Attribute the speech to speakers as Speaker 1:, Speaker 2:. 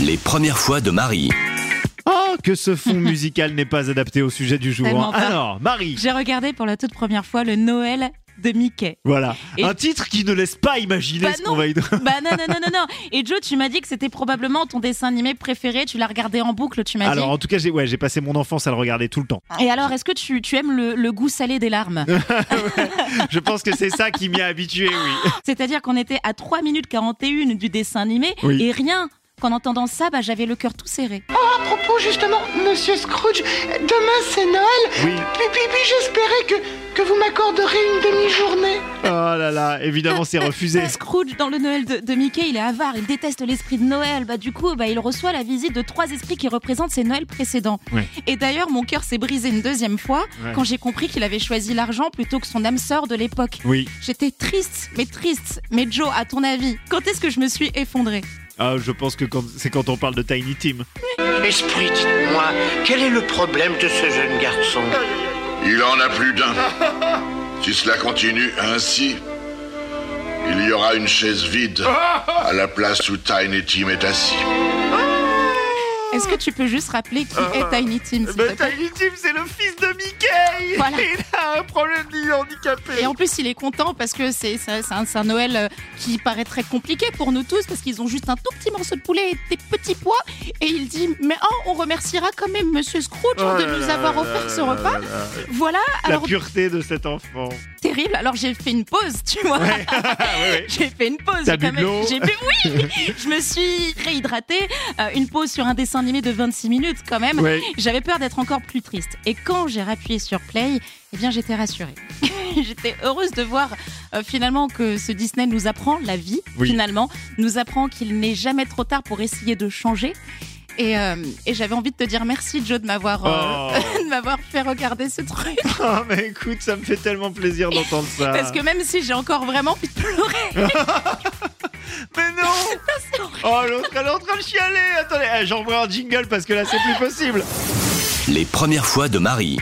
Speaker 1: Les premières fois de Marie.
Speaker 2: Oh, que ce fond musical n'est pas adapté au sujet du jour.
Speaker 3: Tellement
Speaker 2: hein.
Speaker 3: pas.
Speaker 2: Alors, Marie,
Speaker 3: J'ai regardé pour la toute première fois le Noël de Mickey.
Speaker 2: voilà.
Speaker 3: Et-
Speaker 2: Un titre qui ne laisse pas imaginer
Speaker 3: Bah
Speaker 2: ce
Speaker 3: non.
Speaker 2: qu'on va y
Speaker 3: Bah non, non, non, non, non. Et Joe, tu m'as dit que c'était probablement ton dessin animé préféré. Tu l'as regardé en boucle, tu m'as dit.
Speaker 2: Alors, en tout cas, j'ai ouais, j'ai passé mon enfance à le regarder tout le temps.
Speaker 3: Et alors, est-ce que tu, tu aimes le, le goût salé des larmes
Speaker 2: Je pense que c'est ça qui m'y a habitué, oui.
Speaker 3: C'est-à-dire qu'on était à 3 minutes 41 du dessin animé
Speaker 2: Oui.
Speaker 3: et rien qu'en entendant ça, bah, j'avais le cœur tout serré.
Speaker 4: À propos, justement, monsieur Scrooge, demain c'est Noël.
Speaker 2: Oui.
Speaker 4: Puis, puis, puis j'espérais que, que vous m'accorderez une demi-journée.
Speaker 2: Oh là là, évidemment, c'est refusé.
Speaker 3: Scrooge, dans le Noël de, de Mickey, il est avare, il déteste l'esprit de Noël. Bah, du coup, bah, il reçoit la visite de trois esprits qui représentent ses Noëls précédents.
Speaker 2: Ouais.
Speaker 3: Et d'ailleurs, mon cœur s'est brisé une deuxième fois
Speaker 2: Ouais.
Speaker 3: quand j'ai compris qu'il avait choisi l'argent plutôt que son âme sœur de l'époque.
Speaker 2: Oui,
Speaker 3: J'étais triste, mais triste. Mais Joe, à ton avis, quand est-ce que je me suis effondrée
Speaker 2: Ah, je pense que quand- c'est quand on parle de Tiny Tim.
Speaker 5: Esprit, dites-moi, quel est le problème de ce jeune garçon
Speaker 2: Euh,
Speaker 6: Il en a plus d'un. Si cela continue ainsi, il y aura une chaise vide à la place où Tiny Tim est assis.
Speaker 3: Est-ce que tu peux juste rappeler qui est
Speaker 2: Euh,
Speaker 3: Tiny Tim s'il te plaît
Speaker 2: Tiny Tim, c'est le fils de Mickey
Speaker 3: Voilà.
Speaker 2: ben, Il a un problème handicapé
Speaker 3: Et en plus, il est content parce que c'est c'est- c'est un, c'est un Noël euh, qui paraît très compliqué pour nous tous parce qu'ils ont juste un tout petit morceau de poulet et des petits pois. Et il dit Mais oh, on remerciera quand même Monsieur Scrooge
Speaker 2: Oh
Speaker 3: de nous avoir offert ce repas. Voilà,
Speaker 2: La
Speaker 3: alors
Speaker 2: pureté de cet enfant.
Speaker 3: terrible. Alors j'ai fait une pause, tu vois. J'ai fait une pause.
Speaker 2: T'as
Speaker 3: j'ai
Speaker 2: bu
Speaker 3: quand
Speaker 2: de
Speaker 3: même-
Speaker 2: l'eau
Speaker 3: j'ai bu- oui, je me suis réhydratée. Euh, une pause sur un dessin animé de 26 minutes quand même.
Speaker 2: Ouais.
Speaker 3: J'avais peur d'être encore plus triste. Et quand j'ai appuyé sur Play, eh bien, j'étais rassurée. j'étais heureuse de voir euh, finalement que ce Disney nous apprend la vie,
Speaker 2: Oui.
Speaker 3: finalement, nous apprend qu'il n'est jamais trop tard pour essayer de changer. Et, euh, et j'avais envie de te dire merci, Joe, de m'avoir euh,
Speaker 2: Oh.
Speaker 3: de m'avoir fait regarder ce truc.
Speaker 2: Ah, mais écoute, ça me fait tellement plaisir d'entendre ça.
Speaker 3: Parce que même si j'ai encore vraiment envie de pleurer,
Speaker 2: Mais non Oh, l'autre, elle est en train de chialer Attendez, eh, j'envoie un jingle parce que là, c'est plus possible
Speaker 1: Les premières fois de Marie.